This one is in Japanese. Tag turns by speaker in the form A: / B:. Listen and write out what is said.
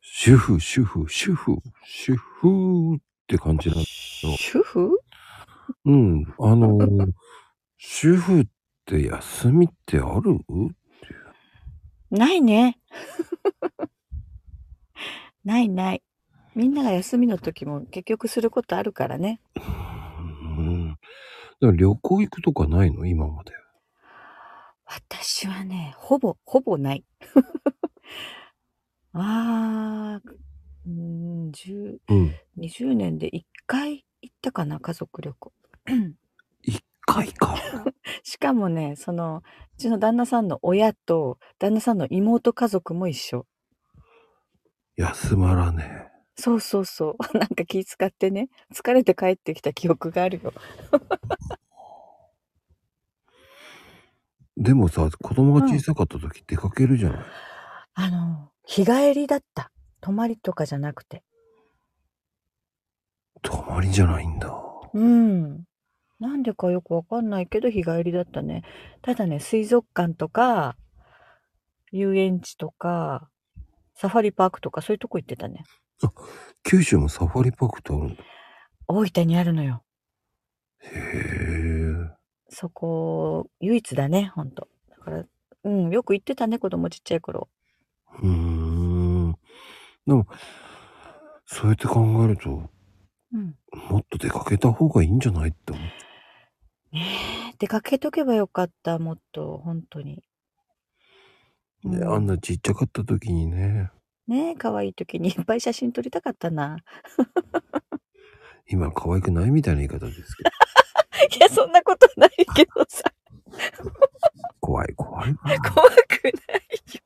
A: 主婦、主婦、主婦、主婦って感じなの。
B: 主婦
A: うん。あのー、主婦って休みってある
B: ないね。 ないない。みんなが休みの時も結局することあるからね。
A: うん。だから旅行行くとかないの今まで。
B: 私はね、ほぼ、ほぼない。 ああ、うーん、10
A: うん。
B: 20年で1回行ったかな、家族旅行。
A: 一回か。
B: しかもね、その、うちの旦那さんの親と、旦那さんの妹家族も一緒。
A: 休まらね
B: そうそうそう。 なんか気使ってね、疲れて帰ってきた記憶があるよ。
A: え。でもさ、子供が小さかった時出かけるじゃない。
B: あの、日帰りだった。泊まりとかじゃなくて。
A: 泊まりじゃないんだ。
B: うん。なんでかよくわかんないけど、日帰りだったね。ただね、水族館とか、遊園地とか、サファリパークとか、そういうとこ行ってたね。
A: 九州もサファリパークってあるんだ。
B: 大分にあるのよ。
A: へえ。
B: そこ、唯一だね、ほんと。だから、うん、よく行ってたね、子供ちっちゃい頃。
A: うーん。でも、そうやって考えると、
B: うん。
A: もっと出かけた方がいいんじゃないって思う。
B: ねえ、出かけとけばよかった、もっと、本当に。
A: ね、
B: うん
A: あんなちっちゃかった時にね、
B: ねえ、可愛い時にいっぱい写真撮りたかったな。
A: 今可愛くないみたいな言い方ですけど、
B: いや、そんなことないけどさ、
A: 怖い怖いな。
B: 怖くないよ。